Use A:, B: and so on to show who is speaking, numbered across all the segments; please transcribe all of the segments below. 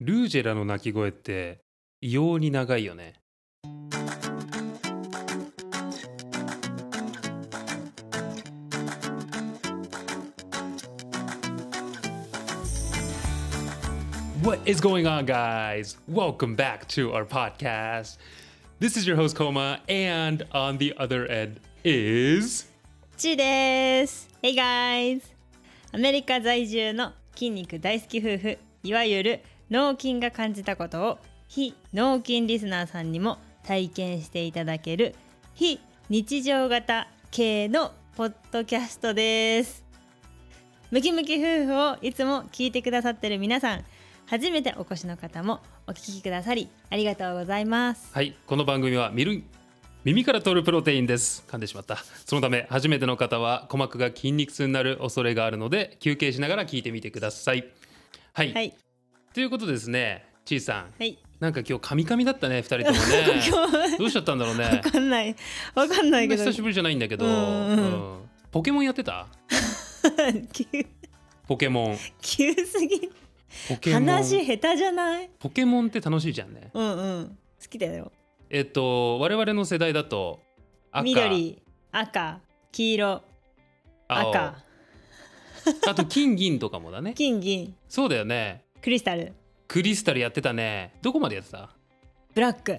A: ルージェラの鳴き声って異様に長いよねWhat is going on, guys? Welcome back to our podcast. This is your host, Koma, and on the other end is.
B: ちです Hey guys! アメリカ在住の筋肉大好き夫婦いわゆる脳筋が感じたことを非脳筋リスナーさんにも体験していただける非日常型系のポッドキャストですムキムキ夫婦をいつも聞いてくださってる皆さん初めてお越しの方もお聞きくださりありがとうございます
A: はい、この番組は見る耳から取るプロテインです。噛んでしまった。そのため、初めての方は鼓膜が筋肉痛になる恐れがあるので、休憩しながら聞いてみてください。はい、
B: はい
A: ということですね、ちいさん。
B: はい。
A: なんか今日カミカミだったね、二人ともね
B: 今日
A: どうしちゃったんだろう
B: わ
A: ね。
B: かんないわかんないけど
A: 久しぶりじゃないんだけど、
B: うんうん
A: うんポケモンやってた
B: 急
A: ポケモン。
B: 急すぎ
A: ポケモ
B: 話
A: ン。
B: 下手じゃない
A: ポケモンって楽しいじゃんね。
B: うんうん好きだよ
A: えっと、我々の世代だと、赤、
B: 緑赤黄色
A: 青
B: 赤
A: あと金銀とかもだね。
B: 金銀
A: そうだよね。
B: クリスタル
A: クリスタルやってたね。どこまでやってた
B: ブラック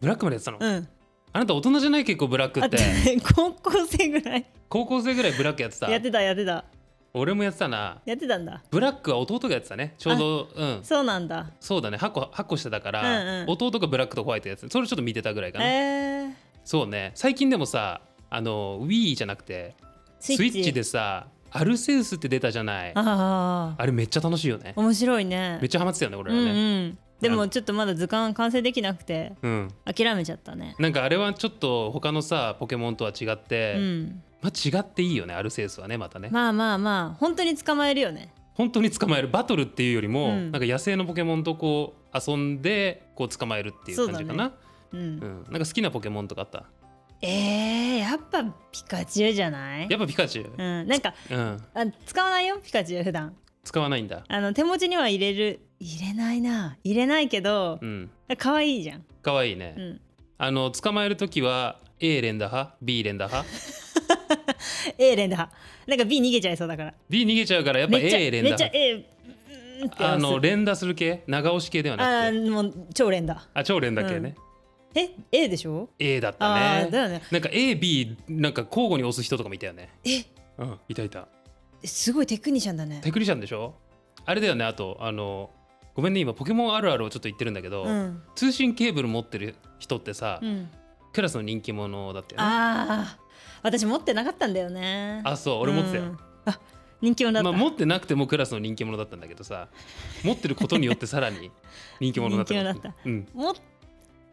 A: ブラックまでやってたの、
B: うん
A: あなた大人じゃない結構ブラック
B: あ
A: っ
B: と
A: て。
B: 高校生ぐらい
A: 高校生ぐらいブラックやってた。
B: やってたやってた
A: 俺もやってたな。
B: やってたんだ
A: ブラックは弟がやってたね。ちょうど、うん。
B: そうなんだ
A: そうだね。8個 ,8 個してたから、
B: うんうん
A: 弟がブラックとホワイトやってた。それちょっと見てたぐらいかな。
B: えー、
A: そうね。最近でもさ、あの、Wii じゃなくて、
B: スイッチ
A: スイッチでさ、アルセウスって出たじゃない。あ
B: ああ
A: れめっちゃ楽しいよね。
B: 面白いね
A: めっちゃハマってたよね、俺
B: う
A: ら
B: んう
A: ね。
B: んでもちょっとまだ図鑑完成できなくて
A: うん。
B: 諦めちゃったね
A: なんかあれはちょっと他のさポケモンとは違って、
B: うん
A: まあ違っていいよねアルセウスはねまたね、
B: まあまあまあ本当に捕まえるよね
A: 本当に捕まえるバトルっていうよりも、
B: うん
A: なんか野生のポケモンとこう遊んでこう捕まえるっていう感じかなう、
B: うん、
A: ん、なんか好きなポケモンとかあった
B: えー、やっぱピカチュウじゃない
A: やっぱピカチュウ、
B: うん、なんか
A: うん、
B: あ使わないよピカチュウ普段
A: 使わないんだ
B: あの手持ちには入れる入れないな入れないけど
A: うん
B: 可愛いじゃん、
A: 可愛いね、
B: うん、
A: あの捕まえる時は A 連打派 B 連打 派
B: A 連打なんか B 逃げちゃいそうだから
A: B 逃げちゃうからやっぱ
B: めっちゃ
A: A 連
B: め
A: 打
B: っちゃ
A: 派
B: A うーんって
A: あの
B: 押す
A: 連打する系長押し系では
B: あ
A: なくて
B: ーもう超連打
A: あ超連打系ね、
B: え A でしょ
A: A だった
B: あ
A: ね
B: あーだよね
A: なんか AB なんか交互に押す人とかもいたよね
B: え
A: うんいたいた
B: すごいテクニシャンだね
A: テクニシャンでしょあれだよねあとあのごめんね今ポケモンあるあるをちょっと言ってるんだけど、
B: うん、
A: 通信ケーブル持ってる人ってさ、
B: うん、
A: クラスの人気者だったよね
B: ああ私持ってなかったんだよね
A: あそう俺持ってた
B: う
A: よ
B: ん、あ人気者だった、
A: まあ、持ってなくてもクラスの人気者だったんだけどさ持ってることによってさら に人気者だったかも
B: 人気者だっ
A: うん、
B: も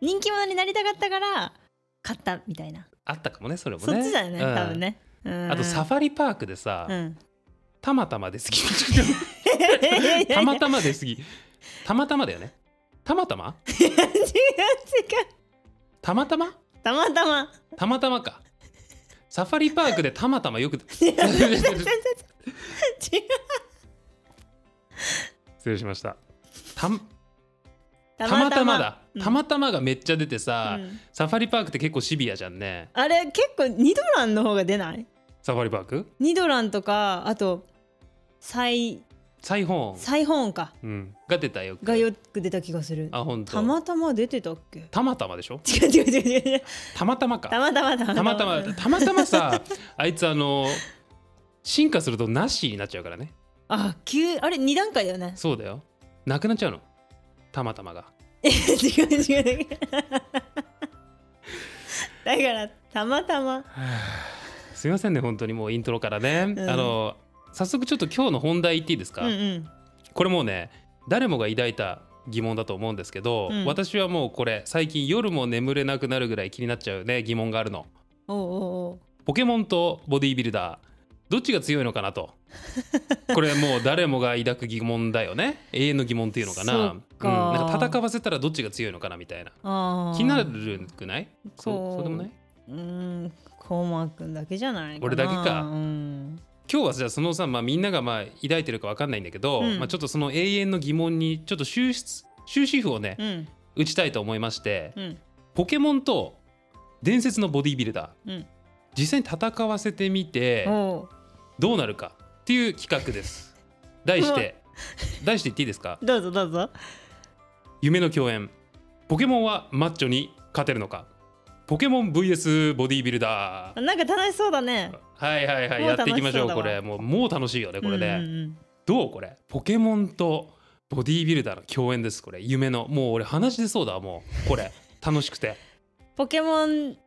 B: 人気者になりたかったから買ったみたいな、
A: あったかもねそれもね
B: そっちだよね、
A: うん
B: 多分ね、うん
A: あとサファリパークでさ、
B: うん、
A: たまたまで 好き たまたまで好きたまたまだよねたまたま
B: 違 う違う
A: たまたま
B: たまた ま
A: たまたまかサファリパークでたまたまよく
B: 違う違う違う違う
A: 失礼しましたた
B: た
A: たまたまだ
B: うん
A: たまたまがめっちゃ出てさ、
B: うん
A: サファリパークって結構シビアじゃんね
B: あれ結構ニドランの方が出ない
A: サファリパーク
B: ニドランとかあとサイ
A: サイホー
B: サイホーンか
A: ン、うん、が出たよ
B: がよく出た気がする
A: あ本当
B: たまたま出てたっけ
A: たまたまでしょ
B: 違う違う違う違う違う
A: たまたまか
B: たまたまたま
A: たまたまたまたまさ あいつあの進化するとなしになっちゃうからね
B: あ急あれ二段階だよね
A: そうだよなくなっちゃうのたまたまが
B: 違う違う違う だからたまたます
A: いませんね本当にもうイントロからね、
B: ん
A: あの早速ちょっと今日の本題言っていいです
B: う
A: か、
B: んうん
A: これもうね誰もが抱いた疑問だと思うんですけど、
B: うん
A: 私はもうこれ最近夜も眠れなくなるぐらい気になっちゃうね疑問があるの
B: おうおうおう
A: ポケモンとボディービルダーどっちが強いのかな とこれもう誰もが抱く疑問だよね永遠の疑問っていうのかな
B: そっか
A: うん、なんか戦わせたらどっちが強いのかなみたいな
B: あー
A: 気になるくないそう
B: こう
A: そうでもないう
B: ーん、コウマくんだけじゃないかな。
A: 俺だけか
B: うん。
A: 今日はじゃあそのさ、まあ、みんながまあ抱いてるかわかんないんだけど、
B: うん
A: まあ、ちょっとその永遠の疑問にちょっと終止終止符をね、
B: うん
A: 打ちたいと思いまして、
B: うん
A: ポケモンと伝説のボディービルダー
B: うん
A: 実際に戦わせてみて
B: おう
A: どうなるかっていう企画です題して題して言っていいですか
B: どうぞどうぞ
A: 夢の共演ポケモンはマッチョに勝てるのかポケモン VS ボディービルダー
B: なんか楽しそうだね
A: はいはいはい
B: もう
A: やっていきましょう
B: 楽しそうだわ
A: これもうもう楽しいよねこれで、
B: うんうんうん
A: どうこれポケモンとボディービルダーの共演ですこれ夢のもう俺話出そうだわもうこれ楽しくて
B: ポケモン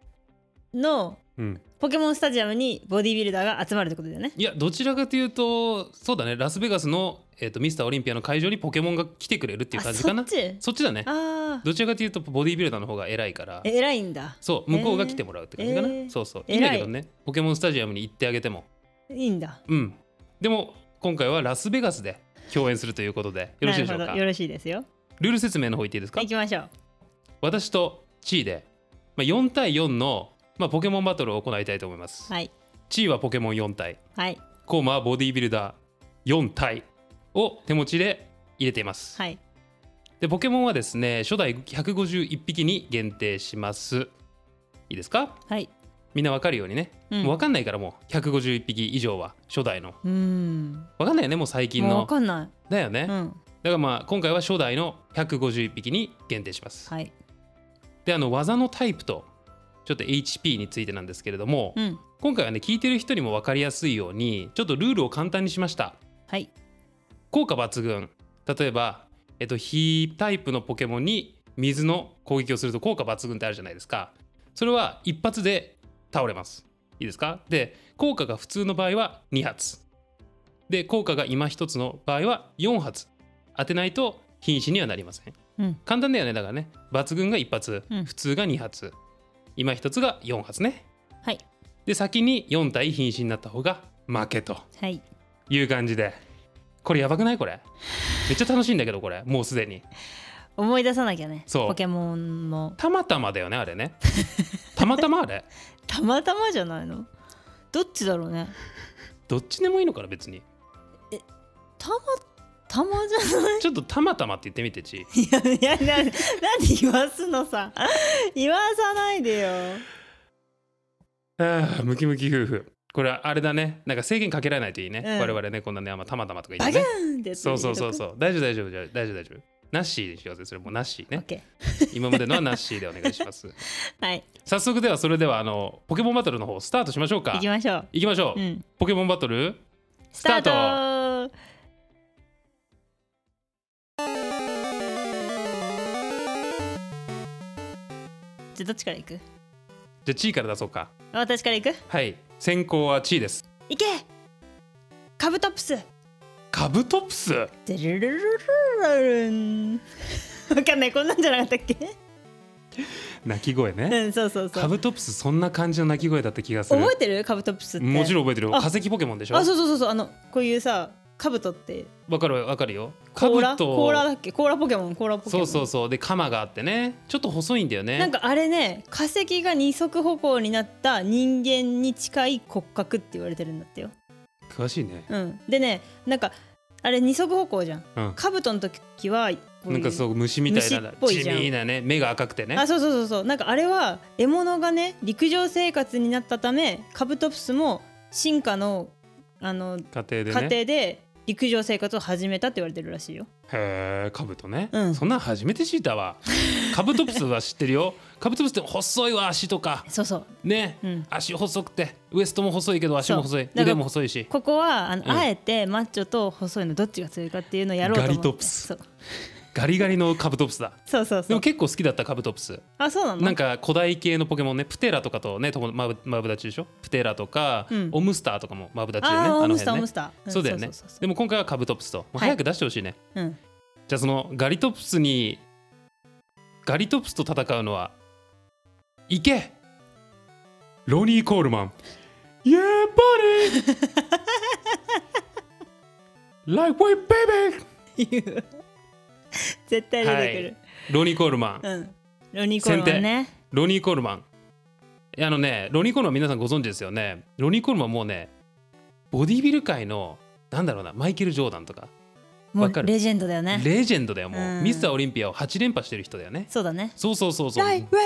B: の
A: うん
B: ポケモンスタジアムにボディービルダーが集まるってことだよね
A: いやどちらかというとそうだねラスベガスの、えー、とミスターオリンピアの会場にポケモンが来てくれるっていう感じかな
B: あそっち
A: そっちだね
B: ああ
A: どちらかというとボディービルダーの方が偉いから
B: 偉いんだ
A: そう向こうが来てもらうって感じかな、
B: えー
A: そうそう
B: 偉
A: い
B: い
A: いんだけどねポケモンスタジアムに行ってあげても
B: いいんだ
A: うんでも今回はラスベガスで共演するということでよろしいでしょう
B: なる
A: か
B: ほどよろしいですよ
A: ルール説明の方いっていいですか
B: 行きましょう
A: 私とチーで、まあ、4対4の、まあ、ポケモンバトルを行いたいと思います、
B: はい
A: チーはポケモン4体
B: はい
A: コーマはボディービルダー4体を手持ちで入れています、
B: はい
A: でポケモンはですね初代151匹に限定しますいいですか
B: はい
A: みんなわかるようにね、
B: うん
A: もうわかんないからもう151匹以上は初代の
B: うーん
A: わかんないよねもう最近
B: もうわ
A: の
B: かんな
A: だよね、
B: いうん
A: だからまあ今回は初代の151匹に限定します、
B: はい
A: であの技のタイプとちょっと HP についてなんですけれども、
B: うん
A: 今回はね聞いてる人にも分かりやすいようにちょっとルールを簡単にしました
B: はい
A: 効果抜群例えば、えっと、火タイプのポケモンに水の攻撃をすると効果抜群ってあるじゃないですかそれは一発で倒れますいいですかで効果が普通の場合は2発で効果が今一つの場合は4発当てないと瀕死にはなりません
B: うん
A: 簡単だよねだからね抜群が1発、
B: うん
A: 普通が2発今一つが4発ね
B: はい
A: で先に4体瀕死になった方が負けと
B: はい
A: いう感じでこれやばくないこれめっちゃ楽しいんだけどこれもうすでに
B: 思い出さなきゃね
A: そう
B: ポケモンも
A: たまたまだよねあれねたまたまあれ
B: たまたまじゃないのどっちだろうね
A: どっちでもいいのかな別に
B: たまたまじゃない
A: ちょっとたまたまって言ってみてち
B: いやいやななんで言わすのさ言わさないでよ
A: ああムキムキ夫婦これはあれだねなんか制限かけられないといいね、
B: うん
A: 我々ねこんなねあんまたまたまとか言
B: バ
A: って
B: キャ
A: ね
B: ーンってやつ
A: そうそうそう
B: う
A: そう大丈夫大丈夫大丈夫大丈夫ナッシーにしようぜそれもうナッシー
B: オッ
A: ね
B: ケ
A: 今までのはナッシーでお願いします
B: ーはい
A: 早速ではそれではあのポケモンバトルの方スタートしましょうか
B: 行きましょう
A: 行きましょう、
B: うん
A: ポケモンバトル
B: ス
A: タート
B: ートじゃあどっちから行く
A: じゃあチーから出そうか
B: あ私から行く
A: はい先行はチーです
B: 行けカブトプス
A: カブトプス
B: デルルルルルルン わかんないこんなんじゃなかったっけ
A: 鳴き声ね
B: うんそうそうそう
A: カブトプスそんな感じの鳴き声だった気がする
B: 覚えてるカブトプスって
A: もちろん覚えてるよ
B: あ
A: 化石ポケモンでしょ
B: あそうそうそうそうあのこういうさカブトって
A: わかるよわかるよカ
B: コー
A: ブ
B: ラ
A: ト
B: コーラだっけコーラポケモンコーラポケ
A: そ
B: モン
A: うそうそうで鎌があってねちょっと細いんだよね
B: なんかあれね化石が二足歩行になった人間に近い骨格って言われてるんだってよ、
A: 詳しいね
B: うん、でねなんかあれ二足歩行じゃん
A: うん
B: カブトの時はこういう
A: なんかそう虫みたい
B: 虫
A: な
B: っぽいじゃん
A: 地味なね目が赤くてね
B: あそうそうそうそうなんかあれは獲物がね陸上生活になったためカブトプスも進化のあの
A: 家庭でね
B: 過程で陸上生活を始めたって言われてるらしいよ
A: へえカブトね、
B: うん
A: そんなん初めて知った わカブトプスは知ってるよカブトプスって細いわ足とか
B: そうそう
A: ね、
B: うん
A: 足細くてウエストも細いけど足も細い
B: そうだから
A: 腕も細いし
B: ここはあの、
A: うん
B: あえてマッチョと細いのどっちが強いかっていうのをやろうと思って
A: ガリトプス
B: そう
A: ガリガリのカブトプスだ
B: そうそう
A: で
B: そう
A: も結構好きだったカブトプス
B: あそうなの
A: なんか古代系のポケモンねプテラとかとねともマブマブダチでしょプテラとか、
B: うん
A: オムスターとかもマブダチでね
B: あーオムスタ
A: 辺
B: ーオ
A: ね
B: ムスターん
A: そうだよね
B: そうそう
A: でも今回はカブトプスともう早く出してほしいね、
B: そううん
A: じゃあそのガリトプスにガリトプスと戦うのは行けロニー・コールマンやっぱ りライフウェイベ
B: 言う絶対出てくる、
A: イロニー・コールマン
B: うんロニーコロンね
A: ロニー・コールマンいやあのねロニー・コールマン皆さんご存知ですよねロニー・コールマンもうねボディビル界のなんだろうなマイケル・ジョーダンとか
B: も
A: わか
B: う
A: る
B: レジェンドだよね
A: レジェンドだよもう、
B: うん
A: ミスターオリンピアを8連覇してる人だよね
B: そうだね
A: そうそうそうそう
B: ライウェイベ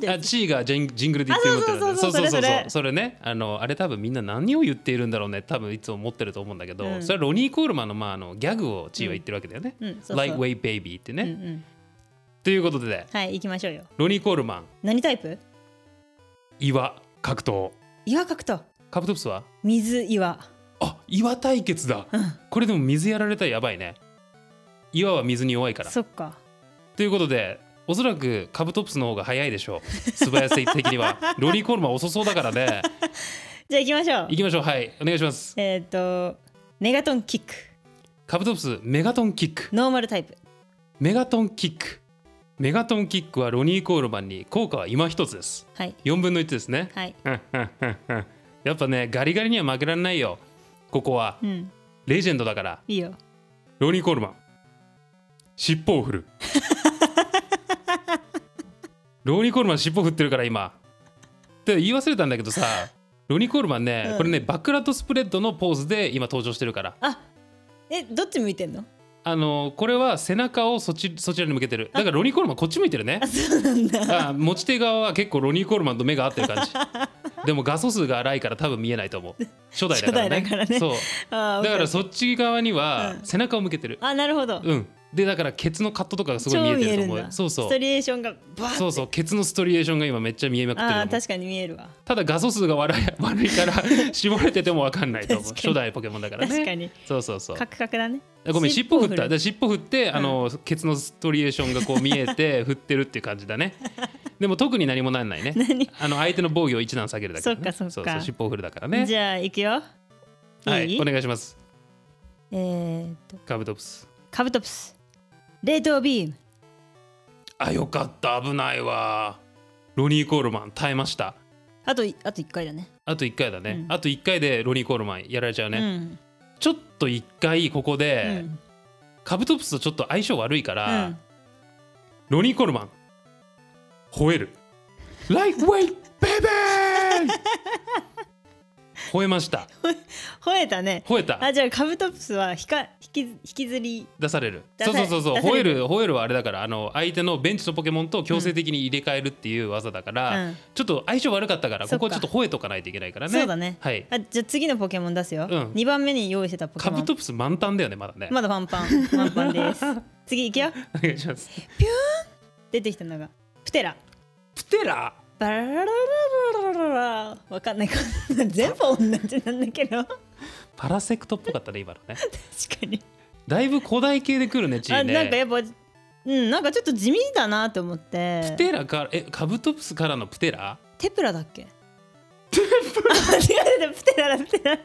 B: ベー
A: あ
B: って
A: チーがジンジングルで言ってるのって
B: あそうそうそうそ
A: そ
B: うそれそれ
A: それねあのあれ多分みんな何を言っているんだろうね多分いつも思ってると思うんだけど、
B: うん
A: それはロニー・コールマンの,、まあ、あのギャグをチーは言ってるわけだよね、
B: うんそうそう
A: Lightweight Baby ってね、
B: うんうん
A: ということで
B: はい行きましょうよ
A: ロニー・コールマン
B: 何タイプ
A: 岩格闘
B: 岩格闘
A: カブトプスは
B: 水岩
A: あ岩対決だ、
B: うん
A: これでも水やられたらやばいね岩は水に弱いから
B: そっか
A: ということでおそらくカブトプスの方が早いでしょう素早さ的には ロニー・コールマン遅そうだからね
B: じゃあ行きましょう
A: 行きましょうはいお願いします
B: えーっ、とメガトンキック
A: カブトプスメガトンキック
B: ノーマルタイプ
A: メガトンキックメガトンキックはロニー・コールマンに効果は今一つです
B: はい
A: 4分の1ですね
B: はい
A: やっぱねガリガリには負けられないよここは
B: うん
A: レジェンドだから
B: いいよ
A: ロニー・コールマン尻尾を 振るロニー・コールマン尻尾振ってるから今って言い忘れたんだけどさロニー・コールマンね、
B: うん
A: これねバックラットスプレッドのポーズで今登場してるから
B: あえどっち向いてんの
A: あのこれは背中をそっちそちらに向けてるだからロニー・コールマンこっち向いてる ね
B: あそうなんだ
A: あ持ち手側は結構ロニー・コールマンと目が合ってる感じでも画素数が荒いから多分見えないと思う初代だからね
B: 初代だからね
A: そう
B: あー
A: だから
B: オッケー
A: そっち側には
B: うん
A: 背中を向けてる
B: あなるほど、
A: うんでだからケツのカットとかがすごい見え
B: 超見
A: て
B: え
A: る
B: る
A: と
B: ん
A: 思う
B: だ
A: そうそ
B: ス
A: う
B: トリエーションがバーッ
A: そうそうケツのストリエーションが今めっちゃ見えまくってる
B: あー
A: と思う
B: 確かに見えるわ
A: ただ画素数が悪い 悪いから絞れてても分かんないと思う
B: 確かに
A: 初代ポケモンだからね
B: 確かに
A: そうそうそう
B: カクカクだね
A: ごめん尻尾振っただ
B: 尻
A: か
B: 尾
A: ら尻尾振って、あのケツのストリエーションがこう見え て振ってるっていう感じだねでも特に何もなんないね
B: 何
A: あの相手の防御を一段下げるだけだね、
B: そっかそっか
A: そうそう尻尾を振るだからね
B: じゃあ行くよ
A: はい
B: い
A: お願いします
B: えーっと
A: カブトプス
B: カブトプス冷凍ビーム
A: あよかった危ないわロニー・コールマン耐えました
B: あとあと1回だね
A: あと1回だね、
B: うん
A: あと1回でロニー・コールマンやられちゃうね、
B: うん
A: ちょっと1回ここ
B: う
A: で、
B: ん
A: カブトプスとちょっと相性悪いか
B: う
A: ら、
B: ん
A: ロニー・コールマン吠えるライフウェイベベー 吠えました
B: 吠えたね
A: 吠えた
B: あじゃあカブトプスはひか引き引きずり
A: 出される
B: 出さ
A: そうそうそうそう
B: 出さ
A: ホエ
B: れる
A: ルホエルはあれだからあの相手のベンチのポケモンと強制的に入れ替えるっていう技だから、
B: うん
A: ちょっと相性悪かったから
B: そ
A: こ
B: っか
A: こちょっと吠えとかないといけないからね
B: そうだね
A: はい
B: あじゃあ次のポケモン出すよ、
A: うん
B: 2番目に用意してたポケ
A: カ
B: モ
A: ブ
B: ン
A: トプス満タンだよねまだね、
B: まだパンパンパンパンです次行くよ
A: お願いします
B: 出てきたのがプテラ
A: プテラ
B: バラララララララわかんないか全部同じなんだけど確か
A: パラセクトっぽかったね今のね
B: に
A: だいぶ古代系で来るねチー
B: あ
A: ね
B: なんかやっぱうんなんかちょっと地味だなと思って
A: プテラからえカブトプスからのプテラ
B: テプラだっけテプラ違う違うプテラだプテラ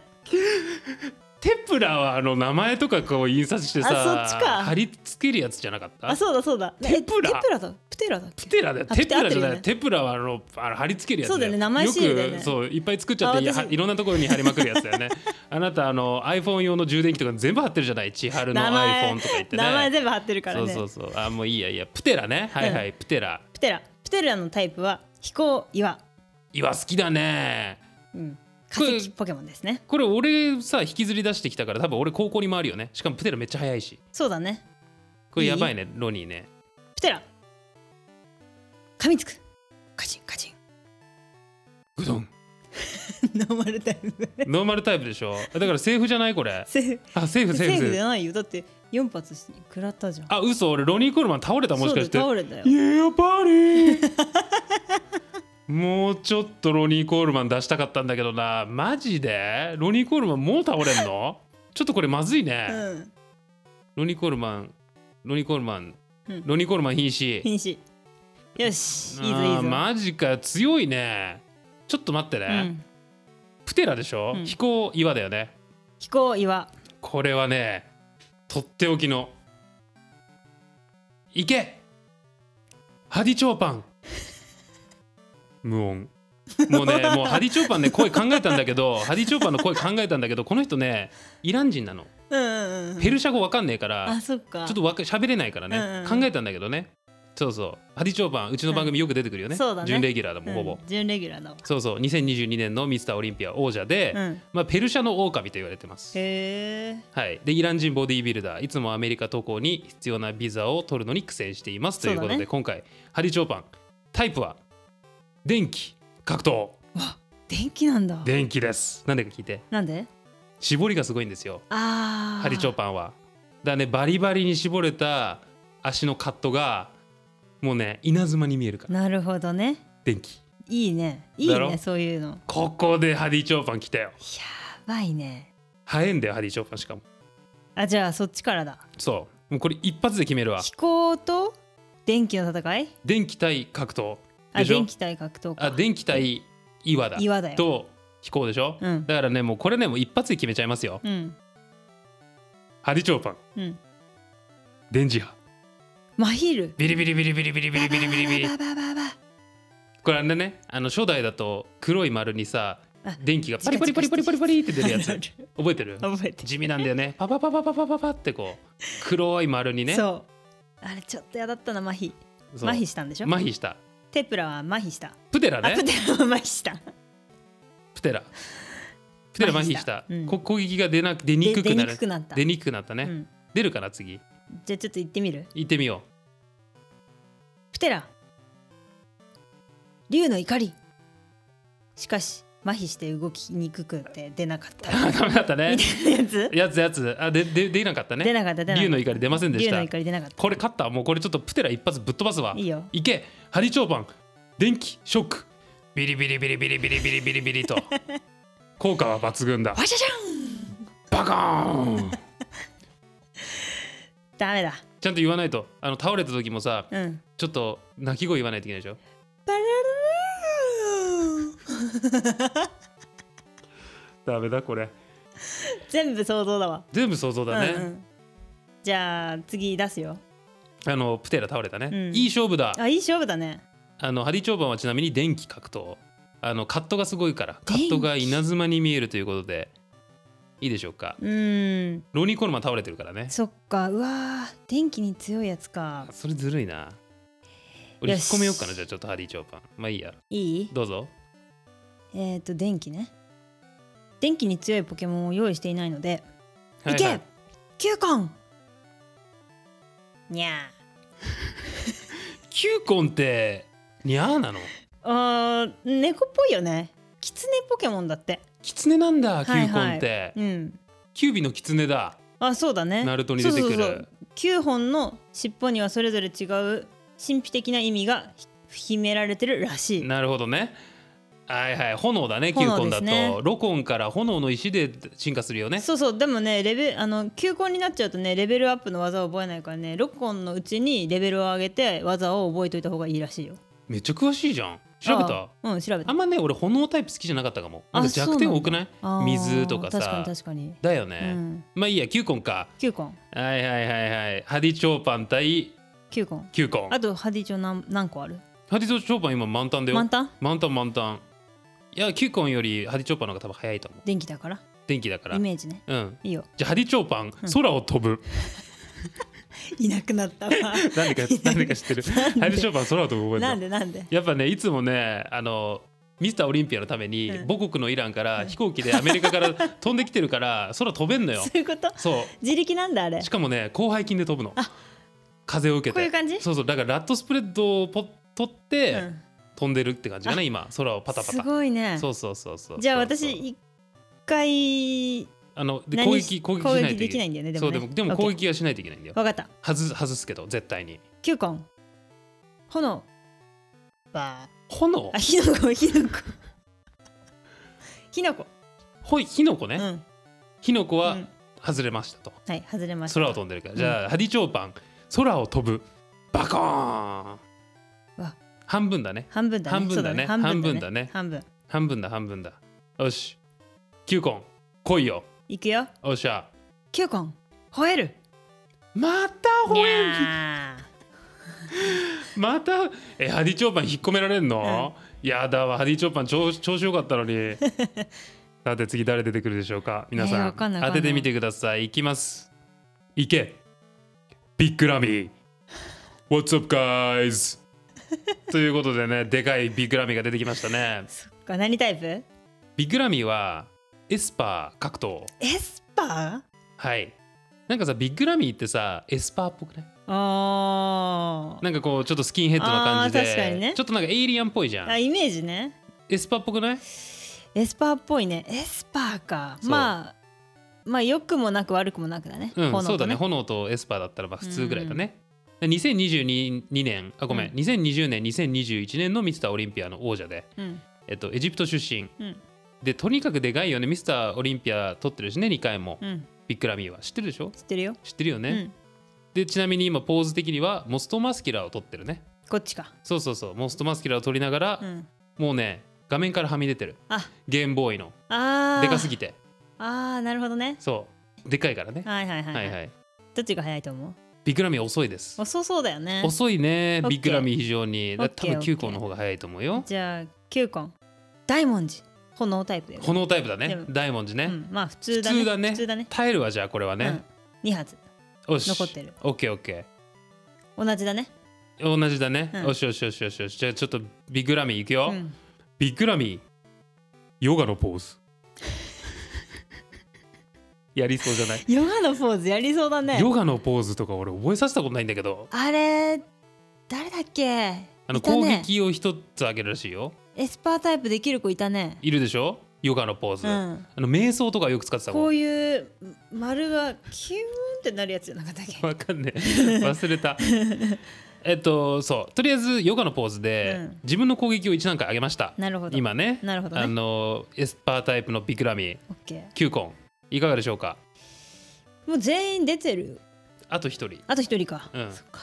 A: テプラはあの名前とかこう印刷してさ
B: あそっちか
A: 貼り付けるやつじゃなかった
B: あそうだそうだえ
A: テプラ
B: テプラだプテラだっ
A: プ
B: け
A: テラだよ
B: あ
A: テプラじゃない、
B: プテ
A: テプラはあのあの貼り付けるやつ
B: そうだよね名前シールだよね
A: くそういっぱい作っちゃって
B: あ
A: いや
B: 私
A: いろんなところに貼りまくるやつだ よねあなたあの iPhone 用の充電器とか全部貼ってるじゃない千春の
B: 名前
A: iPhone とか言ってね
B: 名前全部貼ってるからね
A: そうそうそうあもういいやいいやプテラねはいはい、プテラ
B: プテラプテラのタイプは飛行岩、
A: 岩好きだね
B: うん、化石ポケモンですね
A: これ俺さ引きずり出してきたから多分俺高校に回るよねしかもプテラめっちゃ速いし
B: そうだね
A: これやばいねロニーね
B: プテラ噛みつくカチンカチン
A: グドン
B: ノーマルタイプ
A: ノーマルタイプでしょだから セーフじゃないこれ
B: セーフ
A: あセーフセ
B: セ
A: ーフ
B: ー
A: セ
B: フ
A: ー
B: じ
A: フ
B: ゃないよだって4発食らったじゃん
A: あ嘘俺ロニー・コールマン倒れたもしかして
B: そうだよ倒れたよ
A: やっぱ りもうちょっとロニー・コールマン出したかったんだけどなマジでロニー・コールマンもう倒れんのちょっとこれまずいね、
B: うん
A: ロニー・コールマンロニー・コールマン、
B: うん
A: ロニー・コールマン瀕死
B: 瀕死よしいいぞいい
A: あ
B: ぞ
A: ーマジかよ強いねちょっと待ってね、
B: うん、
A: プテラでしょ、
B: うん
A: 飛行岩だよね
B: 飛行岩
A: これはねとっておきのいけハディチョーパン無音もう ねもうハディチョーパンね声考えたんだけどハディチョーパンの声考えたんだけどこの人ねイラン人なの
B: うんうんうん
A: ペルシャ語わかんねえから
B: あそっか
A: ちょっとわか喋れないからね、
B: うんうん
A: 考えたんだけどねそうそうハリチョーパンうちの番組よく出てくるよね,、
B: そうだね
A: 準レギュラーだもん、ほ
B: う
A: ぼ
B: ん準レギュラーだわ
A: そうそう2022年のミスターオリンピア王者で、
B: うん
A: まあ、ペルシャの狼と言われてます、
B: へえ
A: はい、でイラン人ボディービルダーいつもアメリカ渡航に必要なビザを取るのに苦戦していますということ
B: そ
A: で、
B: うだね
A: 今回ハリチョーパンタイプは電気格闘
B: 電気なんだ
A: 電気ですなんでか聞いて
B: なんで
A: 絞りがすごいんですよ
B: ああ
A: ハリチョー
B: パ
A: パンはだからねバリバリに絞れた足のカットがもうね稲妻に見えるから
B: なるほどね
A: 電気
B: いいねいい
A: だろ
B: ねそういうのや
A: ここでハリチョーパン来たよ
B: ばいね
A: 早いんだよハリチョーパンしかも
B: あじゃあそっちからだ
A: そうもうこれ一発で決めるわ
B: 飛行と電気の戦い
A: 電気対格闘
B: あ
A: でしょ
B: 電気対格闘
A: あ
B: か
A: 電気対岩だ
B: 岩だよ
A: と飛行でしょ、
B: うん
A: だからねもうこれねもう一発で決めちゃいますよ、
B: うん
A: ハリチョーパン
B: うん
A: 電磁波
B: マヒル
A: ビリビリビリビリビリビリビリビリビリ
B: バババババ
A: これあれねあの初代だと黒い丸にさ
B: あ
A: 電気がパリパリパリパリパリパリって出るやつ
B: ある
A: 覚えてる
B: ある覚えてる
A: 地味なんだよねパパパパパパパパってこう黒い丸にね
B: そうあれちょっとやだったな麻痺
A: そう
B: 麻痺したんでしょ
A: 麻痺した
B: テプラは麻痺した
A: プテラ
B: あ
A: ね
B: プテラは麻痺した
A: プテラプテラ麻痺した、
B: 麻痺したうん
A: こ攻撃が出なく出にくく
B: で
A: な
B: 出に
A: る
B: くくなった
A: 出にくくなったね、
B: うん
A: 出るかな次
B: じゃあちょっと行ってみる
A: 行ってみよ
B: プテラ竜の怒りしかし麻痺して動きにくくて出なかった
A: うダメだったね
B: みたいなやつ
A: やつやつあでで出なかった
B: 出
A: ね
B: なかった出なかった
A: 竜の怒り出ませんでし
B: 竜の
A: た
B: 怒り出なかった
A: これ勝ったもうこれちょっとプテラ一発ぶっ飛ばすわ
B: いいよ
A: いけハリチョーパン電気ショックビリビリビリビリビリビリビリビリと 効果は抜群だ
B: わしゃしゃ
A: バカーン
B: んダメだ
A: ちゃんと言わないとあの倒れた時もさ
B: うん
A: ちょっと泣き声言わないといけないでしょ
B: パララ
A: ダメだこれ
B: 全部想像だわ
A: 全部想像だね、
B: うんうんじゃあ次出すよ
A: あのプテラ倒れたね、
B: うん
A: いい勝負だ
B: あいい勝負だね
A: あのハリチョーバンはちなみに電気格闘あのカットがすごいからカットが稲妻に見えるということでいいでしょうか
B: うーん
A: ロニー・コールマン倒れてるからね
B: そっかうわー電気に強いやつか
A: それずるいな俺
B: よ
A: 引っ
B: し
A: 込めようかなじゃあちょっとハリー・チョーパンまあいいや
B: いい
A: どうぞ
B: えっ、ー、と電気ね電気に強いポケモンを用意していないのでいけ、
A: はいはい
B: 9巻にゃ
A: キューコンってニャーなの
B: ーあー猫っぽいよねキツネポケモンだって
A: キツネなんだ
B: い
A: キューコ
B: はい
A: ンって、
B: うん
A: キュービのキツネだ
B: あそうだね
A: ナルトに出てくる
B: そうそうそう9本の尻尾にはそれぞれ違う神秘的な意味が秘められてるらしい
A: なるほどねはいはい炎だねキュ
B: 炎
A: ーコンだと、
B: ですね
A: ロコンから炎の石で進化するよね
B: そうそうでもねレベあの休校になっちゃうとねレベルアップの技を覚えないからね6本のうちにレベルを上げて技を覚えといた方がいいらしいよ
A: めっちゃ詳しいじゃん調べた
B: ああうん調べ
A: あ
B: た
A: んまね俺炎タイプ好きじゃなかったかも
B: あ
A: なんか弱点多くない
B: あー
A: 水とかさ
B: 確かに確かに、
A: だよ
B: う
A: ね、
B: ん
A: まあいいやキューコンか
B: 9コン
A: はいはいはいはいハディチョーパン対
B: 9コン
A: キューコン
B: あとハディチョ何何個ある
A: ハディチョーパン今満タンだよ
B: 満タン
A: 満タン満タンいやキューコンよりハディチョーパンの方が多分早いと思う
B: 電気だから
A: 電気だから
B: イ
A: うん
B: メージねいいよ
A: じゃあハディチョーパン空を飛ぶ、
B: いなく なったわ
A: なんでかなんでか知ってる
B: で
A: ハディチョーパン空を飛ぶ覚えてる
B: なんでなんで
A: やっぱねいつもねあのミスターオリンピアのために、
B: うん
A: 母国のイランから飛行機でアメリカから飛んできてるから空飛べんのよ
B: そういうこと
A: そ
B: 自力なんだあれ
A: うしかもね広背筋で飛ぶの
B: あ
A: 風を受けて
B: こういう感じ
A: そうそうだからラットスプレッドをポッ取って、
B: うん
A: 飛んでるって感じかな
B: あ
A: 今空をパタパ
B: す
A: タ
B: ごいね
A: そうそうそうそう
B: じゃあ
A: そうそう
B: 私一回
A: あので攻
B: 何し
A: 撃攻撃しないと
B: できない
A: い
B: んだよ
A: け
B: ねで
A: そ
B: も
A: う
B: ね
A: でもでも
B: OK
A: 攻撃はしないといけないんだよ
B: わかった
A: 外す外すけど絶対に
B: 9巻炎ば
A: 炎
B: あ火の粉火の粉火の粉
A: ほい火の粉
B: う
A: ね
B: ん
A: 火の粉
B: う
A: は
B: ん
A: 外れましたと
B: はい外れました
A: 空を飛んでるからじゃあハディチョーパン空を飛ぶバコーン
B: わ
A: 半分だね
B: 半分だね
A: 半分だね
B: そう
A: 半分だね
B: 半分
A: 半分だ半分だよし球根来いよ
B: いくよ
A: おっしゃ
B: 9巻吠える
A: また
B: に
A: 吠える
B: ゃ
A: またえハディチョーパン引っ込められんの、やだわハディチョーパン調調子よかったの にさて次誰出てくるでしょうか皆
B: えー
A: さん,、
B: わかんないわ
A: 当
B: かんな
A: て
B: い
A: てみてくださいいきますいけビッグラミー What's up, guys? ということでね、でかいビッグラミーが出てきましたね。
B: そっか何タイプ
A: ビッグラミーはエスパー格闘。
B: エスパー
A: はい。なんかさ、ビッグラミーってさ、エスパーっぽくない
B: あー
A: なんかこう、ちょっとスキンヘッドな感じで、
B: あー確かにね
A: ちょっとなんかエイリアンっぽいじゃ
B: あ
A: ん。
B: イメージね
A: エスパーっぽくない
B: エスパーっぽいねエスパーか
A: そう
B: まあまあ良くもなく悪くもなくだね、
A: うん、
B: 炎と
A: そうだね。炎とエスパーだったらまあ普通ぐらいだね。で2022年、あ、ごめん、
B: うん
A: 2020年、2021年のミスターオリンピアの王者で、
B: うん
A: えっと、エジプト出身。
B: うん
A: で、とにかくでかいよね、ミスターオリンピア取ってるしね、2回も、
B: うん
A: ビッグラミーは。知ってるでしょ
B: 知ってるよ、
A: 知ってるよね。
B: うん
A: で、ちなみに今、ポーズ的には、モストマスキュラーを取ってるね。
B: こっちか
A: そうそうそう、モストマスキュラーを取りながら、
B: うん
A: もうね、画面からはみ出てる。
B: あ
A: ゲームボーイの。
B: あー
A: でかすぎて。
B: あーなるほどね
A: そう。でかいからね。
B: はいはいはい、
A: はい
B: は、
A: はいい。
B: どっちが早いと思う
A: ビッグラミー遅いです。
B: 遅そうだよね
A: 遅いね、
B: OK
A: ビッグラミー非常に。だ
B: OK
A: 多分
B: OK
A: 9個の方が早いと思うよ。
B: じゃあ9個大文字炎タイプだよね、
A: 炎タイプだ
B: で
A: ね
B: も。
A: 大文字
B: う
A: ね。
B: ん、まあ普通
A: 普
B: だ
A: 通
B: ね
A: だね。
B: 普通だね
A: 耐えるわ、じゃあこれはね。
B: うん、2発
A: よし。
B: 残ってる。
A: オッケーオッケ
B: 同じだね
A: ー。同じだね。
B: うん
A: よしよしよしよしよし。じゃあちょっとビッグラミーいくよ
B: う。ん
A: ビッグラミー、ヨガのポー ズ。やりそうじゃない
B: ヨガのポーズやりそうだね
A: ヨガのポーズとか俺覚えさせたことないんだけど。
B: あれ誰だっけ
A: あの
B: いた
A: 攻
B: ね
A: 撃を一つあげるらしいよ。
B: エスパータイプできる子いたね
A: いるでしょヨガのポーズ。
B: う
A: あ
B: ん
A: の瞑想とかよく使ってた
B: こ
A: もん。
B: ういう丸がキューンってなるやつじゃなかったっけ
A: わかんねえ。忘れた。えっと、そう。とりあえずヨガのポーズで
B: うん
A: 自分の攻撃を一段階上げました。
B: なるほど
A: 今ね。
B: なるほどね
A: あの、エスパータイプのビクラミー、
B: オッケ
A: キューコン。いかがでしょうか
B: ーもう全員出てる
A: あと一人。
B: あと一人か、
A: うん
B: そっか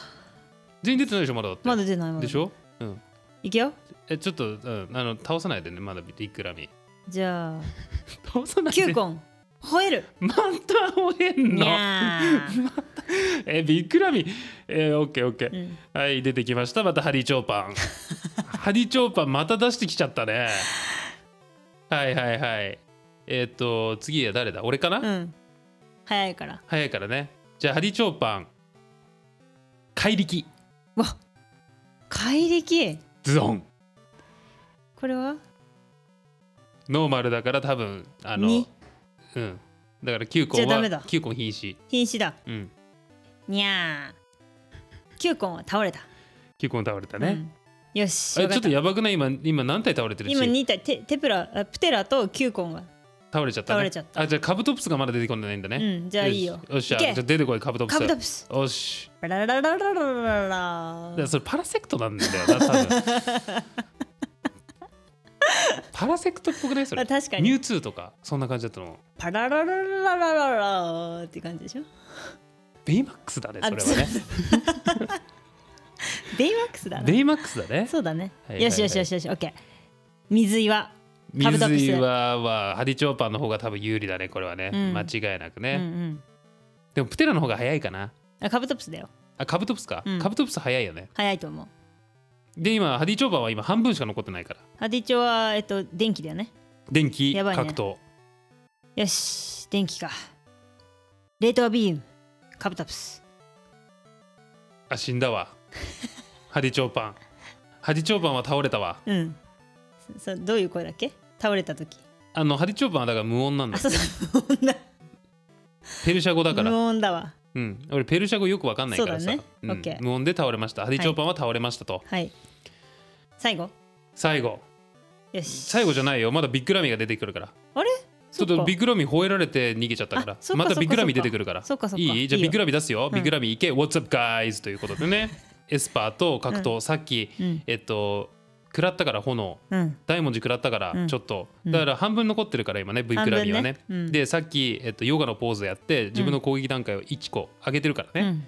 A: 全員出てないでしょ、まだだって。
B: まだ出ないまだ
A: でしょうん。
B: いくよ
A: え、ちょっと、うん、あの倒さないでね、まだビクラミー。
B: じゃあ
A: 倒さないで。
B: キューコン 吠える
A: また吠えん
B: に
A: の
B: ゃ
A: えビッグラミーえー、オッケーオッケー、
B: ー、うん
A: はい出てきましたまたハリーチョーパン ハリーチョーパンまた出してきちゃったねはいはいはいえっ、と次は誰だ俺かな、
B: うん、早いから
A: 早いからねじゃあハリーチョーパン怪力
B: わ怪力
A: ズドン
B: これは
A: ノーマルだから多分あの
B: に
A: うんだから9個
B: じゃあダメだ
A: は9個瀕死
B: 瀕死だ
A: うん
B: にゃーキューコンは倒れた
A: 9個倒れたね、、
B: うんよし
A: え
B: わか
A: ちょ
B: た
A: っとやばくない今今何体倒れてる
B: 今
A: チーム
B: 2体テテプラあプテラとキューコンが
A: 倒れちゃった、ね、
B: 倒れちゃった
A: あじゃあカブトプスがまだ出てこないんだね、
B: うんじゃあいいよ
A: しよっしゃ
B: い
A: じゃ
B: け
A: あ出てこいカブトプス
B: カブトプス
A: よし
B: ララララララ
A: だ
B: ララ
A: からそれパラセクトなんだよな多 分パラセクトっぽくないそれ
B: あ確かに
A: ミュウツーとかそんな感じだったの
B: パララララララララって感じでしょ
A: ベイマックスだね
B: あ
A: それはね
B: ベイマックスだな
A: ベイマックスだね
B: そうだね、
A: はいはいはい
B: よしよしよしよしオッケー水岩カブトプス
A: 水岩はハリチョーパンの方が多分有利だねこれはね、
B: うん
A: 間違いなく
B: うんう
A: ね、
B: ん
A: でもプテラの方が早いかな
B: あカブトプスだよ
A: あカブトプスか、
B: うん
A: カブトプス早いよね
B: 早いと思う
A: で今ハリチョーパンは今半分しか残ってないから
B: ハディチョはえっと電気だよね
A: 電気、
B: やばいね
A: 格闘
B: よし電気か冷凍ビームカブトプス
A: あ死んだわハリチョーパンハリチョーパンは倒れたわ
B: うんそそどういう声だっけ倒れた時
A: あのハリチョーパンはだから無音なんだ
B: あそうそう 無音だ
A: ペルシャ語だか
B: 無
A: ら、
B: 音だわ
A: うん、俺ペルシャ語よくわかんないから
B: そ
A: さ
B: うだね
A: ん
B: オッケー
A: 無音で倒れましたハリチョーパンは倒れましたと、
B: はい最後
A: 最後
B: よし
A: 最後じゃないよまだビッグラミが出てくるから
B: あれ
A: ちょっ
B: そ
A: と
B: っか
A: ビッグラミ吠えられて逃げちゃったから
B: あそっ
A: ま
B: か
A: た
B: そっか
A: ビッグラミ出てくるから
B: そっかそっか
A: いいじゃあ
B: いい
A: ビ
B: よ
A: ッグラミ出すよ、
B: ん
A: ビッグラミ行け What's up guys ということで ねエスパーと格闘、さっき
B: うん
A: えっと食らったから炎
B: うん
A: 大文字食らったから
B: うん
A: ちょっと、
B: うん
A: だから半分残ってるから今ねビッグラミはね
B: 半分ねうん
A: でさっき、えっと、ヨガのポーズやって自分の攻撃段階を1個上げてるからね、
B: うん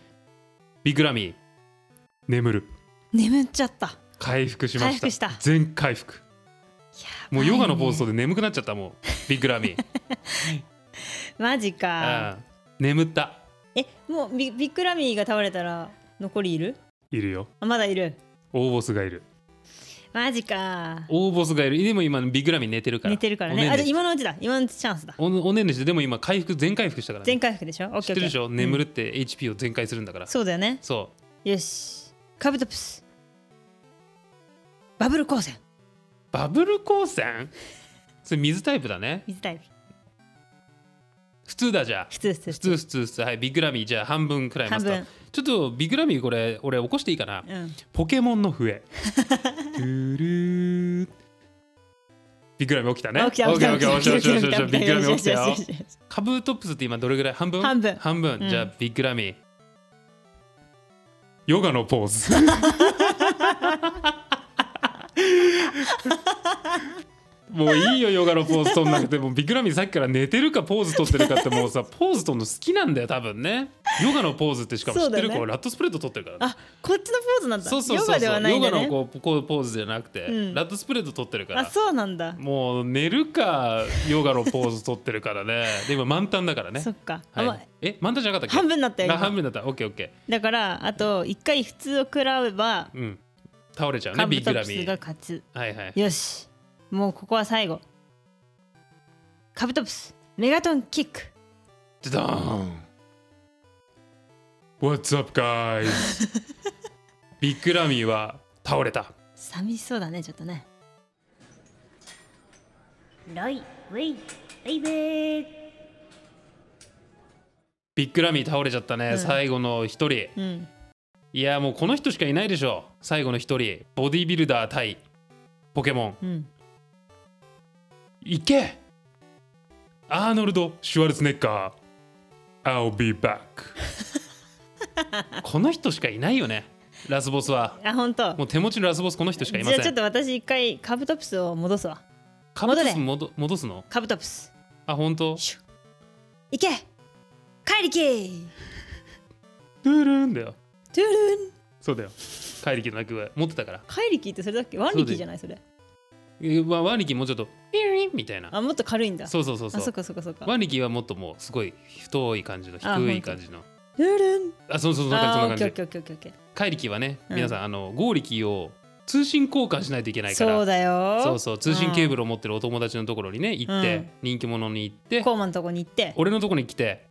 A: ビッグラミー眠る
B: 眠っちゃった
A: 回復しました
B: 回復した
A: 全回復もうヨガのポーズで眠くなっちゃったもうビッグラ ミー
B: マジか
A: ああ眠った
B: えもうビビッグラミーが倒れたら残りいる
A: いるよ
B: あまだいる
A: 大ボスがいる
B: マジか
A: 大ボスがいるでも今ビッグラミー寝てるから
B: 寝てるから
A: おね
B: ね
A: んね
B: あで
A: し
B: 今のうちだ今のうちチャンスだ
A: おねおねんねしてでも今回復全回復したから、ね、
B: 全回復でしょオッケー
A: 知ってるでしょ、
B: オッケー
A: 眠る
B: う
A: って HP を全開するんだから
B: んそうだよね
A: そ
B: よしカブトプスバブル光線
A: バブル光線それ水タイプだね
B: 水タイプ
A: 普通だじゃあ
B: 普通普通
A: 普通普通普通はいビッグラミーじゃあ半分くらいマスタ
B: 半
A: ーちょっとビッグラミーこれ俺起こしていいかな
B: うん
A: ポケモンの笛トゥルービッグラミー起きたね
B: あ起きた起きた
A: オッケーオッケー
B: 起き
A: 起
B: た
A: きた起きた
B: 起き
A: ビッグラミー起きた
B: よ
A: よ
B: しよしよしよし
A: カブトプスって今どれぐらい半分
B: 半分
A: 半分、
B: うん
A: じゃあビッグラミーヨガのポーズもういいよヨガのポーズ取んなくてもうビッグラミーさっきから寝てるかポーズ取ってるかってもうさポーズ取るの好きなんだよ多分ねヨガのポーズってしかも知ってる
B: そうだ
A: 子、
B: ね
A: ラットスプレッド取ってるからね
B: あこっちのポーズなんだ
A: そうそうそうそう
B: ヨガではないんだ
A: ヨガ
B: ね
A: のこうこうポーズじゃなくて、
B: うん
A: ラットスプレッド取ってるか
B: あ
A: ら
B: そうなんだ
A: もう寝るかヨガのポーズ取ってるからねで今満タンだからね
B: そっかあ
A: はい
B: ま
A: え満タンじゃなかったっけ
B: 半分だったよ
A: あ半
B: 今
A: 分だったオッケーオッケ
B: だからあと一回普通を食らえば
A: ーうん倒れちゃうね
B: カ
A: ビ
B: ブ
A: ッグ
B: ト
A: ラ
B: プ
A: ミ
B: ス
A: ー
B: が勝つ
A: はいはい
B: よしもうここは最後カブトプスメガトンキック
A: ドドーン What's up guys ビッグラミーは倒れた
B: 寂しそうだねちょっとね
C: ロイ、ウェイ、ウェイベー
A: ビッグラミー倒れちゃったね、
B: うん
A: 最後の一人
B: うん
A: いやもうこの人しかいないでしょ最後の一人ボディビルダー対ポケモン
B: うん
A: 行けアーノルド・シュワルツェネッガー I'll be back この人しかいないよねラスボスは
B: あ本当
A: もう手持ちのラスボスこの人しかいま
B: じゃ
A: せ
B: あ
A: ん
B: ちょっと私一回カブトプスを戻すわ
A: カブト
B: 戻れ
A: ス戻戻すの
B: カブトプス
A: あ本当
B: シュいけ帰りけ
A: ドゥルーンだよ
B: トゥルン
A: そうだよ怪力の鳴く声持ってたから
B: 帰りきってそれだっけワンリキじゃないそれ
A: えまあワニキもうちょっとピリンみたいな
B: あもっと軽いんだ
A: そうそうそうそ
B: あそうっかそっかそっか
A: ワニキはもっともうすごい太い感じの
B: あほんと
A: 低い感じの
B: トゥルン
A: あそうそうそんな感じ
B: あ
A: そ
B: オ
A: んな
B: ッケー
A: 感じ
B: オッケーオッケーオッケーオッケー
A: 怪力はね
B: うん
A: 皆さんあの合力を通信交換しないといけないか
B: そう
A: ら
B: だよ
A: そうそう通信ケーブルを持ってるお友達のところにね行っ
B: う
A: て
B: ん
A: 人気者に行って
B: コーマンのとこに行って
A: 俺のところに来て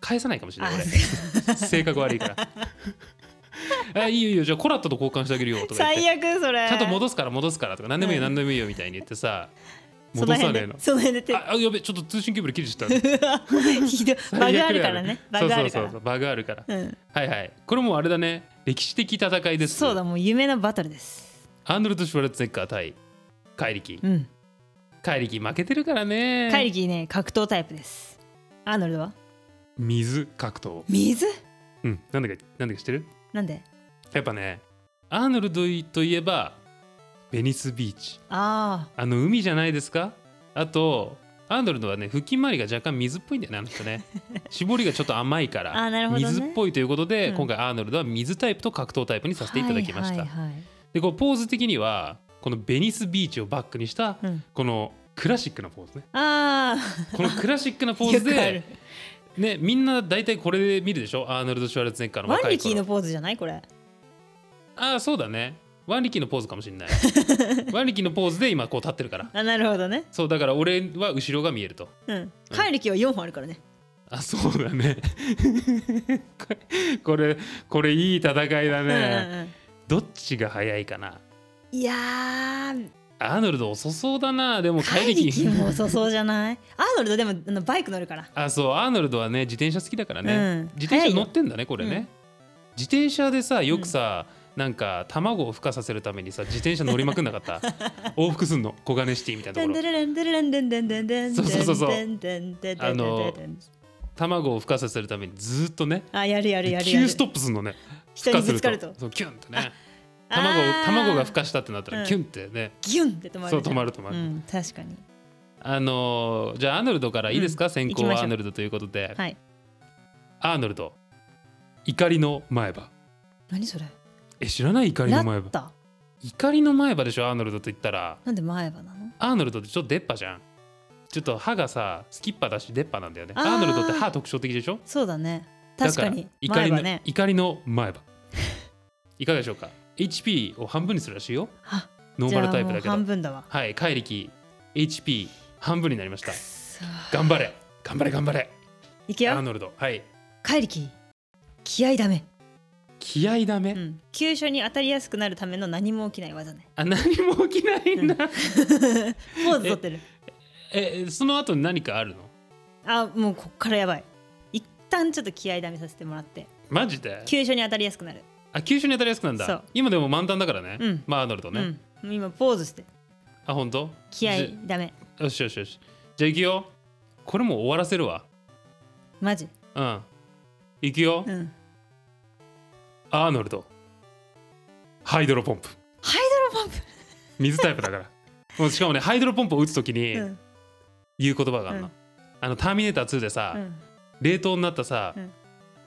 A: 返さないかもしれない 俺性格悪いから あいいよいいよじゃあコラットと交換してあげるよとか言って
B: 最悪それ
A: ちゃんと戻すから戻すからとか何でもいいよ
B: うん
A: 何でもいいよみたいに言ってさ
B: その
A: 戻さ
B: 辺
A: ねえ
B: で
A: の
B: その辺 で手
A: ああやべちょっと通信ケーブル切れちゃった
B: ひどい バグあるか らねバ
A: 最悪だ
B: グあ
A: よねそう
B: るか
A: そう
B: ら
A: そうバグあるから
B: うん
A: はいはいこれもうあれだね歴史的戦いです
B: そうだもう夢のバトルです
A: アーノルド・シュワルツェネッガー対怪力
B: うん
A: 怪力負けてるからね
B: カイリキね格闘タイプですアーノルドは
A: 水格闘
B: 水
A: うんなんだかなんだか知ってる
B: なんで
A: やっぱねアーノルドといえばベニスビーチ
B: あ
A: あの海じゃないですかあとアーノルドはね腹筋周りが若干水っぽいんだよねあの人 ね絞りがちょっと甘いから
B: あーなるほどね
A: 水っぽいということで、
B: うん
A: 今回アーノルドは水タイプと格闘タイプにさ
B: あ
A: せていただきました、
B: はいはいはい
A: でこうポーズ的にはこのベニスビーチをバックにした
B: うん
A: このクラシックなポーズね
B: あ
A: このクラシックな
B: あ
A: ポー
B: よ
A: ズ
B: くある
A: で、ね、みんな大体これで見るでしょアーノルド・シュワルツェネッカーの
B: ワン
A: 若
B: リ
A: い
B: キー
A: 頃
B: のポーズじゃないこれ
A: ああそうだねワンリキのポーズかもしれ ないワンリキのポーズで今こう立ってるから
B: あなるほどね
A: そうだから俺は後ろが見えると
B: うんカイリキーは4本あるからね
A: あそうだね これこれこれいい戦いだ
B: うんうん
A: ね、
B: うん
A: どっちが早いかない
B: やー
A: アーノルド遅そうだなでも
B: カ
A: 怪
B: イリキ
A: 力
B: ーも遅そうじゃないアーノルドでもあのバイク乗るから
A: あそうアーノルドはね自転車好きだからね、
B: うん
A: 自転
B: 早い
A: 車
B: よ
A: 乗ってんだねこれね、
B: うん
A: 自転車でさよくさ、なんか卵を孵化させるためにさ自転車乗りまくんなかった 往復すんの小金シティみたいなとこ
B: デン
A: ろ
B: デレレンデレレンデンデンデンデンデンデン
A: そうそうそうそう
B: デンデンデンデンデン
A: あの
B: デン
A: 卵を孵化させるためにずーっとね
B: あやるやるやるや
A: 急
B: る
A: ストップするのね
B: 人にぶつかると
A: そうキュンってね
B: あ
A: 卵を
B: あー
A: 卵が孵化したってなった
B: う
A: ら
B: ん
A: キュンってね、
B: ギュンって止まる
A: そう
B: じゃ
A: 止
B: ん
A: まる止まる、
B: うん確かに
A: あのーじゃあアーノルドからいいですか、先行
B: 行きまし
A: は
B: ょう
A: アーノルドということで、
B: はい
A: アーノルド怒りの前歯
B: 何それ
A: え知らない怒り
B: ラ
A: の前
B: ッ
A: 歯
B: タ
A: 怒りの前歯でしょアーノルドと言ったら
B: なんで前歯なの
A: アーノルドってちょっと出っ歯じゃんちょっと歯がさスキッパだし出っ歯なんだよね
B: あ
A: ア
B: ー
A: ーノルドって歯特徴的でしょ
B: そうだね
A: だ
B: 確
A: から
B: かに
A: 怒
B: 前
A: りの
B: 歯ね
A: 怒りの前歯 いかがでしょうか HP を半分にするらしいよ
B: あ
A: ノー
B: じゃ
A: マ
B: あ
A: ルタイプ
B: もう
A: だけど
B: 半分だわ
A: はい怪力 HP 半分になりました
B: くそ
A: 頑張れ頑張れ頑張れ
B: いく
A: アー
B: よ
A: ノルドはい
B: カイリキー気合いダメ
A: 気合ダメ、
B: うん、急所に当たりやすくなるための何も起きない 技ね
A: あ何も起きないんだ、
B: ポーズ取ってる
A: えその後何かあるの
B: あもうこっからやばい一旦ちょっと気合いダメさせてもらって
A: マジで
B: 急所に当たりやすくなる
A: あ急所に当たりやすくなん
B: そ
A: だ
B: う
A: 今でも満タンだからね、
B: うん
A: まあアーノルドね、
B: うん、今ポーズして
A: あ本当
B: 気合
A: じ
B: いダメ
A: よしよしよしじゃあ行くよこれもう終わらせるわ
B: マジ
A: うん行くよ、
B: うん
A: アーノルドハイドロポンプ
B: ハイドロポン
A: 水タイプだから もうしかもねハイドロポンプを打つ時に
B: プうん
A: 言う言葉があるの、
B: うん
A: あの「ターミネーター2」でさ、
B: うん
A: 冷凍になったさ、
B: うん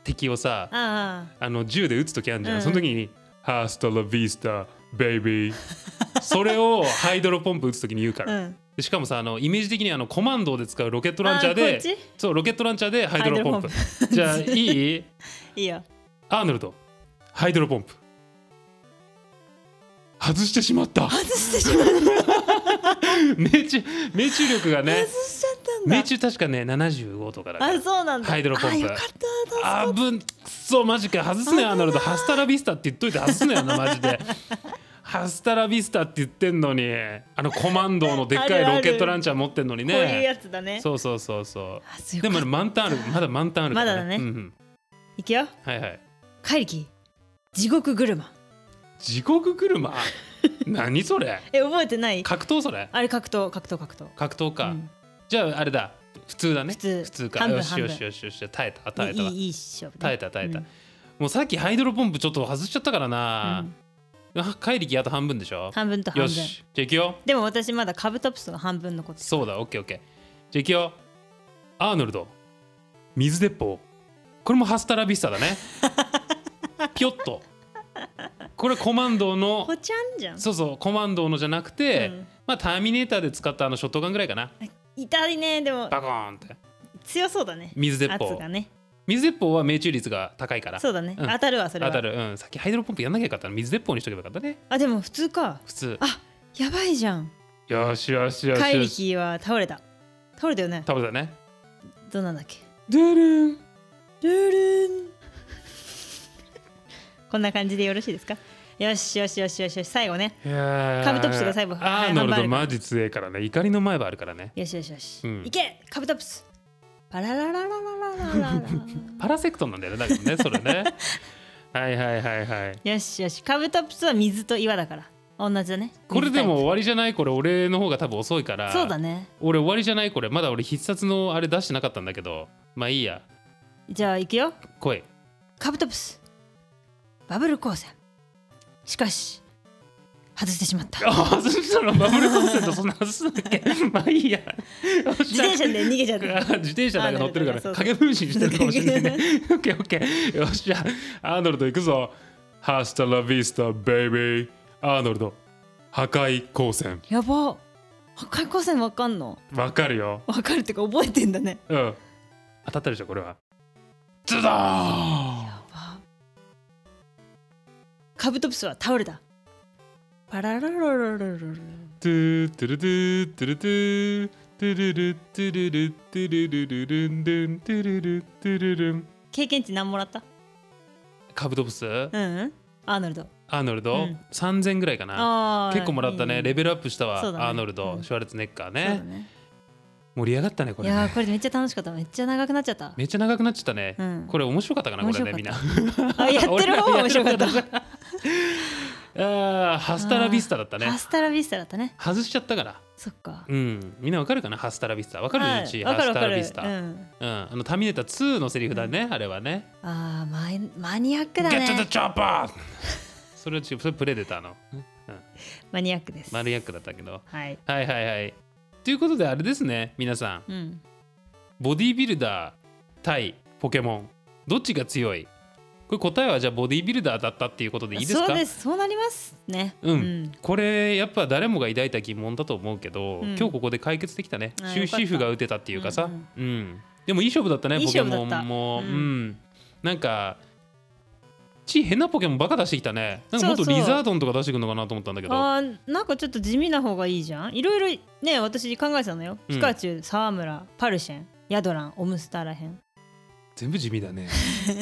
A: 敵をさ
B: あ
A: あの銃で撃つ時あるじゃん、
B: うん
A: その時に「ハスタラビスタベイビー」 それをハイドロポンプ撃つ時に言うか
B: あう
A: ら、
B: ん
A: でしかもさあのイメージ的にあのコマンドで使うロケットランチャー
B: あーこ
A: で
B: っち
A: そうロケットランチャーでハイドロポンプ
B: ハ
A: じゃあいい
B: いいよ
A: アーノルドハイドロポンプ外してしまった
B: 外してしまった
A: 命中命中力がね
B: 外しちゃったんだ
A: 命中確かね75とかだか
B: あ
A: ら
B: そうなんだ
A: ハイドロポンプ
B: あよかった
A: あぶんくっそマジかよ外すねアーノルドハスタラビスタって言っといて外すねよなマジでハスタラビスタって言ってんのにあのコマンドのでっかいロケットランチャー持ってんのに
B: こ
A: ね
B: ういうやつだね
A: そうそうそうそう
B: あそ
A: で
B: うで
A: も
B: も
A: まだ満タンあるまだ満タンあるから、
B: まだだね
A: うんうん、
B: いくよ
A: はいはい
B: 怪力地獄車
A: 地獄車何それ
B: え覚えてない
A: 格闘それ
B: あれ格闘格闘格闘
A: 格闘か、
B: うん
A: じゃああれだ普通だね
B: 普通
A: か
B: 半分
A: よし
B: 半
A: よ
B: 分
A: しよしよし耐えた耐え
B: い
A: たわ
B: いいい勝負ね
A: 耐えた耐えた、
B: うん
A: もうさっきハイドロポンプちょっと外しちゃったからな
B: う、ん
A: あ怪力あと半分でしょ
B: 半分と半
A: よ
B: 分
A: しじゃあいくよ
B: でも私まだカブトプスの半分のこと
A: そうだオッケーオッケーじゃあいくよアーノルド水鉄砲これもハスタラビスタだ ねピョッとこれコマンド の
B: こちゃんじゃん
A: そうそうコマンドのじゃなくて、
B: うん
A: まあターミネーターで使ったあのショットガンぐらいかな
B: 痛いねでも
A: バコーンって
B: 強そうだね
A: 水鉄
B: 圧
A: 砲
B: がね
A: 水鉄砲は命中率が高いから
B: そうだね、
A: うん
B: 当たるわそれ
A: 当
B: は
A: たるうんさっきハイドロポンプやんなきゃよかったな水鉄砲にしとけばよかったね
B: あでも普通か
A: 普通
B: あやばいじゃん
A: よしよしよし
B: 怪
A: よし
B: 力は倒れた倒れたよね
A: 倒れたね
B: どうなんだっけ
A: ドゥルーン
B: ルールン こんな感じでよろしいですかよしよしよしよしよし最後ね
A: いやー
B: カブトプスが最後
A: アーノル
B: ハ
A: ド
B: ンバー
A: マジ強えからね怒りの前歯あるからね
B: よしよしよし、
A: うん
B: いけカブトプスパラララララララララ
A: パラセクトンなんだよねだけど ねそれねはいはいはいはい
B: よしよしカブトプスは水と岩だから同じだね
A: これでも終
B: 水
A: わりじゃないこれ俺の方が多分遅いから
B: タイプそうだね
A: 俺終わりじゃないこれまだ俺必殺のあれ出してなかったんだけどまあいいや
B: じゃあ行くよ
A: 来い
B: カブトプスバブル光線しかし外してしまった
A: あ外したのバブルコンセントそんな外すんだっ けまあいいや
B: 自転車で逃げちゃっ
A: あ
B: た
A: 自転車なんか乗ってるか
B: あなるほ
A: ら
B: ど
A: 影分身してるかもしれないねオッケーオッケーよっしゃアーノルド行くぞハスタラビスタベイビーアーノルド破壊光線
B: やば破壊光線わかんの
A: わかるよ
B: わかるってか覚えてんだね
A: うん当たったでしょこれはズドーン
B: やばカブトプスは倒れたパラララララララ
A: トゥトゥルトゥトゥルトゥトゥルルトゥルルトゥルルルルンルントゥルルトゥルルン
B: 経験値何もらった
A: カブトプスア
B: うんうんアーノルド
A: ーノル
B: う
A: ド
B: ん
A: 3000ぐらいかな
B: あー
A: 結構もらったね
B: いい
A: レベルアップしたわ
B: そうだね
A: アーノル
B: う
A: ド
B: ん
A: シュワルツェネッカー
B: そうだ
A: ね
B: ね
A: 盛り上がったねこ
B: い
A: れ
B: や
A: ね
B: ーこれめっちゃ楽しかっためっちゃ長くなっちゃった
A: めっちゃ長くなっちゃったね
B: うん
A: これ面白かったかなこ
B: 面
A: れ
B: 白
A: ねみんな
B: かあやって る方が面白かった
A: あーハスタラビスタだったね
B: ハスタラビスタだったね
A: 外しちゃったから
B: そっか
A: うんみんなわかるかなハスタラビスタわかる
B: は
A: うち
B: い
A: ハ
B: わかる
A: ス
B: わ
A: タ
B: か
A: ラ
B: る
A: ビスタ
B: う
A: うん
B: ん
A: あのターミネーター2のセリフだねあれはね
B: あーマイマニアックだ
A: ゲット
B: ね
A: チョッパー それは違うそれプレデターのうん
B: マニアックです
A: マルヤックだったけど
B: はい
A: はいはいはいということであれですね皆さん
B: うん
A: ボディービルダー対ポケモンどっちが強いこれ答えはじゃあボディービルダーだったっていうことでいいですか
B: そうですそうなりますね
A: うんこれやっぱ誰もが抱いた疑問だと思うけど、
B: うん
A: 今日ここで解決できたね
B: あ
A: 終止符が打てたっていうかさ、うんでもいい勝負だったね
B: いい
A: ポケ
B: 勝負
A: モ
B: だった
A: ンも、
B: う
A: う
B: ん
A: んなんかち変なポケモンばっか出してきたねなんかもっと
B: そうそう
A: リザードンとか出してくるのかなと思ったんだけど
B: あーなんかちょっと地味な方がいいじゃんいろいろね私考えてたのよ、
A: うん
B: ピカチュウ沢村パルシェンヤドランオムスターらへん
A: 全部地味だね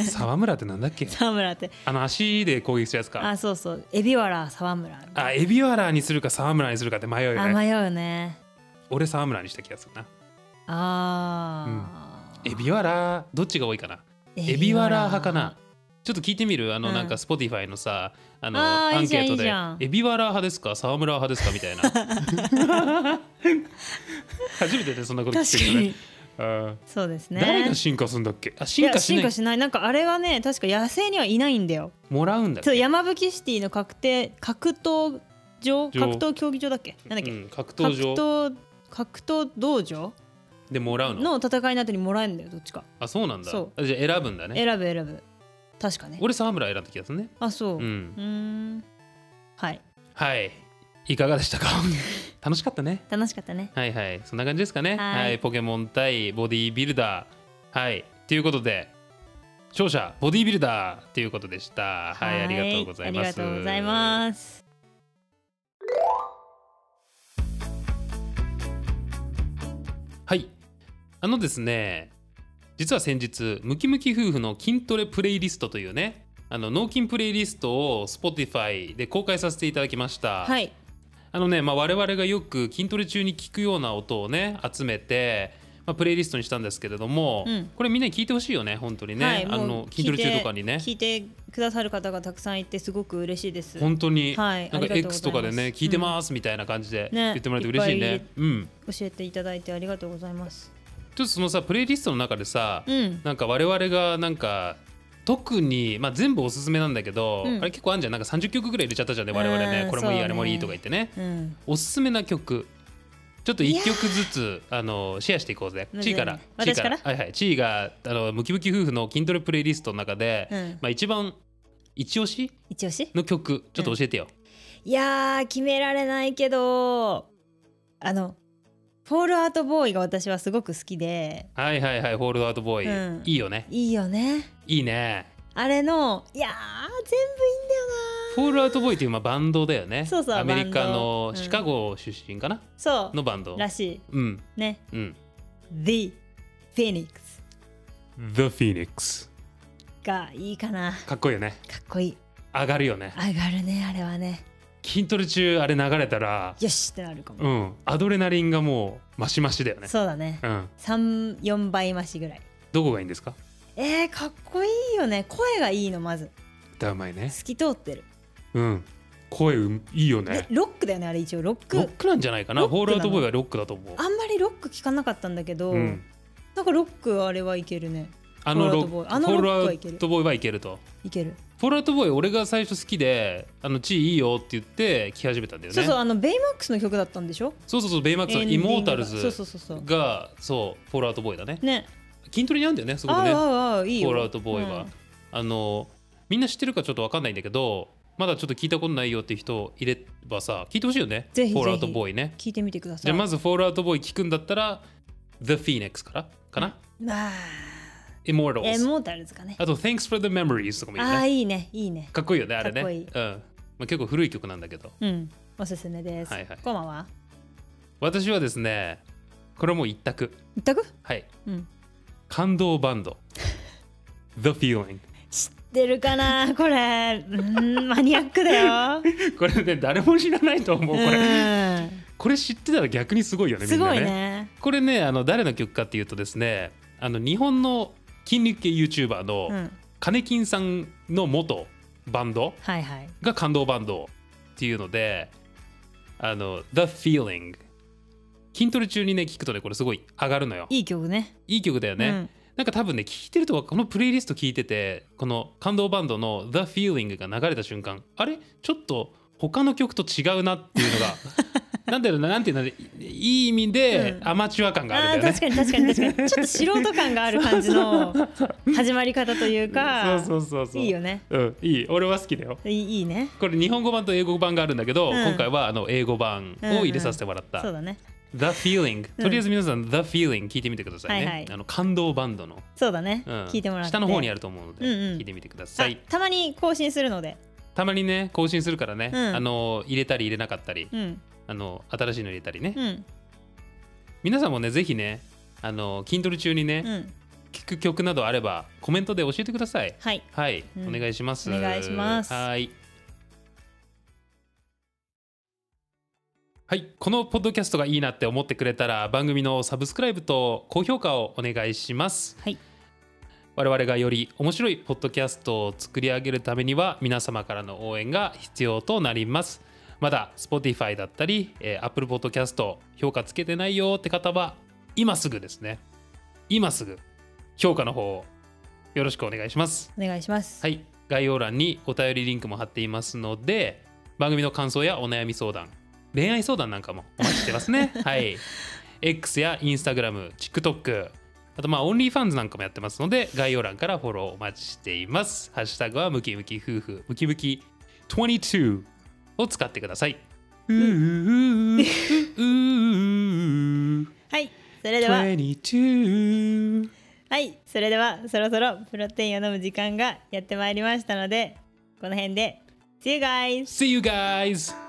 A: 沢村ってなんだっけ
B: 沢村って
A: あの足で攻撃するやつか
B: あそうそうエビワラ沢村あ
A: あエビワラにするか沢村にするかって迷うよね
B: 迷うね
A: 俺沢村にした気がするな
B: あー、
A: エビワラどっちが多いかなエ
B: エ
A: ビワラ派かなちょっと聞いてみるあの、
B: うん
A: なんか Spotify のさあの
B: あー
A: アンケー
B: い
A: ト
B: いじゃんいい
A: で
B: じゃん
A: エビワラ派ですか沢村派ですかみたいな 初めてでそんなこと
B: 確
A: 聞
B: か
A: いてる
B: に
A: ねあ
B: そうです
A: ー
B: ね
A: 誰が進化するんだっけあ
B: い
A: 進
B: や
A: 化し
B: 進
A: ない
B: 化しないなんかあれはね確か野生にはいないんだよ
A: もらうんだっ
B: ちょっと
A: け
B: 山吹シティの格闘格闘場
A: 場
B: 格闘競技場だっけなんだっけ、
A: うん、格
B: 格
A: 闘場
B: 闘格闘道場
A: でもらうの
B: の戦いの後にもらえるんだよどっちか
A: あそうなんだ
B: そ
A: あじゃあ選ぶんだね
B: 選ぶ選ぶ確かね
A: 俺沢村選んだ気がするね
B: あそう
A: う
B: うんーんはい
A: はいいかがでした か楽しかったね
B: 楽しかったね
A: はいはいそんな感じですかね
B: はい
A: はいポケモン対ボディービルダーはいということで勝者ボディービルダーということでしたはいありがとうございます
B: ありがとうございます
A: はいあのですね実は先日ムキムキ夫婦の筋トレプレイリストというねあの脳筋プレイリストを Spotify で公開させていただきました
B: はい
A: あのね、まあ、我々がよく筋トレ中に聞くような音をね集めて、まあ、プレイリストにしたんですけれども、
B: うん
A: これみんなに聞いてほしいよね本当にね、
B: はい
A: あ
B: もう
A: の筋トレ
B: 聞いて
A: 中とかにね
B: 聞いてくださる方がたくさんいてすごく嬉しいです教
A: 本当に、
B: はい
A: なんか
B: ありがとうございます
A: X とかでね聞いてますみたいな感じで
B: うんね
A: 言ってもらえて嬉しいね
B: いっぱ
A: うん
B: えていただいてありがとうございます
A: ちょっとそのさプレイリストの中でさ、
B: うん
A: なんか我々がなんか特に、まあ、全部おすすめなんだけど、
B: うん
A: あれ結構あんじゃんなんか30曲ぐらい入れちゃったじゃんね我々ね
B: うん
A: これもいい、
B: そうね
A: あれもいいとか言ってね
B: うん
A: おすすめな曲ちょっと1曲ずつあのシェアしていこうぜ
B: むず
A: チ
B: い
A: ー
B: ね
A: からチー
B: 私から
A: はいはいチーがあのムキムキ夫婦の筋トレプレイリストの中で、
B: うん
A: まあ、一番一押し
B: 一押し
A: の曲ちょっと教えてよ、
B: いやー決められないけどあのフォールアウトボーイが私はすごく好きで
A: はいはいはいホールドアウトボーイ、
B: うん
A: いいよね
B: いいよね
A: いいね
B: あれのいやー全部いいんだよな
A: ホールドアウトボーイっていうまあバンドだよね
B: そうそう
A: アメリカ
B: バ
A: の
B: ンド
A: シカゴ出身かな、
B: そ
A: のバンド
B: うらし
A: うん
B: いね
A: うん
B: The Phoenix
A: The Phoenix
B: がいいかな
A: かっこいいよね
B: かっこいい
A: 上がるよね
B: 上がるねあれはね
A: 筋トレ中あれ流れたら
B: よしってなるかも、
A: うんアドレナリンがもうマシマシだよね
B: そうだね
A: うん、
B: 34倍増しぐらい
A: どこがいいんですか
B: えー、かっこいいよね声がいいのまず
A: 歌うまいね
B: 透き通ってる
A: うん声ういいよ
B: で
A: ね
B: ロックだよねあれ一応ロック
A: ロックなんじゃないかな
B: ロック
A: ホ
B: な
A: ールア
B: の
A: ウトボーイはロックだと思う
B: あんまりロック聞かなかったんだけど、
A: うん
B: なんかロックあれはいけるね
A: あのロッ
B: ホールアウト
A: ク
B: ボーイあの
A: ホール
B: ロ
A: ア
B: ックは
A: ウ
B: いける
A: トボーイはいけると
B: いける、
A: ホールアウトボーイ俺が最初好きで「あの地位いいよ」って言って聴き始めたんだよね
B: そうそうあのベイマックスの曲だったんでしょ
A: そうそうそうベイマックスの「
B: エンデ
A: イ
B: ィングが
A: モータルズ
B: そうそうそうそう」
A: がそうホールアウトボーイだね
B: ね
A: 筋トレに合うんだよねすご
B: あ
A: く
B: う
A: ね
B: 合う合ういいよ
A: ホールアウトボーイは、あのみんな知ってるかちょっと分かんないんだけどまだちょっと聞いたことないよっていう人を入ればさ聞いてほしいよね
B: ぜひぜひ
A: ホールアウトボーイね
B: 聞いてみてください
A: じゃあまずフォールアウトボーイ聞くんだったら The Phoenix からかな、
B: まあ
A: Immortals、
B: エモータルズかね
A: あと Thanks for the Memories とかもいい
B: あ
A: よ
B: あ
A: ね
B: いいねいいね
A: かっこいいよねあれね
B: かっこいい
A: うんまあ、結構古い曲なんだけど
B: うんおすすめです、
A: はいはい
B: こんばんは
A: 私はですねこれはもう一択
B: 一択
A: はい
B: うん
A: 感動バ ンド The Feeling
B: 知ってるかなこれうーんマニアックだ よ
A: これね誰も知らないと思うこれ
B: う
A: これ知ってたら逆にすごいよね
B: ん
A: み
B: す
A: んな
B: ごい
A: ね
B: ね
A: これねあの誰の曲かっていうとですねあの日本の筋肉系 YouTuber
B: う
A: の
B: ん
A: 金金さんの元バンド
B: はいはい
A: が感動バンドっていうのであの The Feeling 筋トレ中にね聞くとねこれすごい上がるのよ
B: いい曲ね
A: いい曲だよね、なんか多分ね聞いてるとこのプレイリスト聞いててこの感動バンドの The Feeling が流れた瞬間あれちょっと他の曲と違うなっていうの がなんだろうななんていうのいい意味で
B: うん
A: アマチュア感
B: うん
A: があ
B: あ
A: るんだ
B: ー
A: よね
B: 確、かに確かに確かにちょっと素人感がある感じの始まり方というか
A: そうそうそうそう
B: いいよね
A: うん、いい俺は好きだよ
B: いいいいね
A: これ日本語版と英語版があるんだけど、
B: うん
A: 今回はあの英語版を入れさせてもらった、
B: そうだね
A: The Feeling、
B: うん
A: とりあえず皆さん The Feeling 聞いてみてくださいね、
B: はいはい
A: あの感動バンドの、
B: そうだね、
A: うん
B: 聞いてもらって
A: 下の方にあ
B: る
A: ると思うので、
B: うんうん
A: 聞いてみてくださ
B: あ
A: い
B: たまに更新するので
A: たまにね更新するからね、
B: うん
A: あの入れたり入れなかったり、
B: うん
A: あの新しいの入れたりね、
B: うん
A: 皆さんもねぜひねあの筋トレ中にね、
B: うん
A: 聞く曲などあればコメントで教えてください
B: はい
A: はい、
B: うん
A: お願いします
B: お願いします
A: はいはいこのポッドキャストがいいなって思ってくれたら番組のサブスクライブと高評価をお願いします
B: はい
A: 我々がより面白いポッドキャストを作り上げるためには皆様からの応援が必要となりますまだ Spotify だったり、えー Apple Podcast 評価つけてないよって方は今すぐですね今すぐ評価の方をよろしくお願いします
B: お願いします
A: はい、概要欄にお便りリンクも貼っていますので番組の感想やお悩み相談恋愛相談なんかもお待ちしてますね はい。X や Instagram、TikTok、あとまあオンリーファンズなんかもやってますので概要欄からフォローお待ちしています。ハッシュタグはムキムキ夫婦ムキムキ22を使ってください。うーうーうーうー
B: はいそ れでは
A: 22
B: はいそれではそろそろプロテインを飲む時間がやってまいりましたのでこの辺で See you guys!
A: See you guys!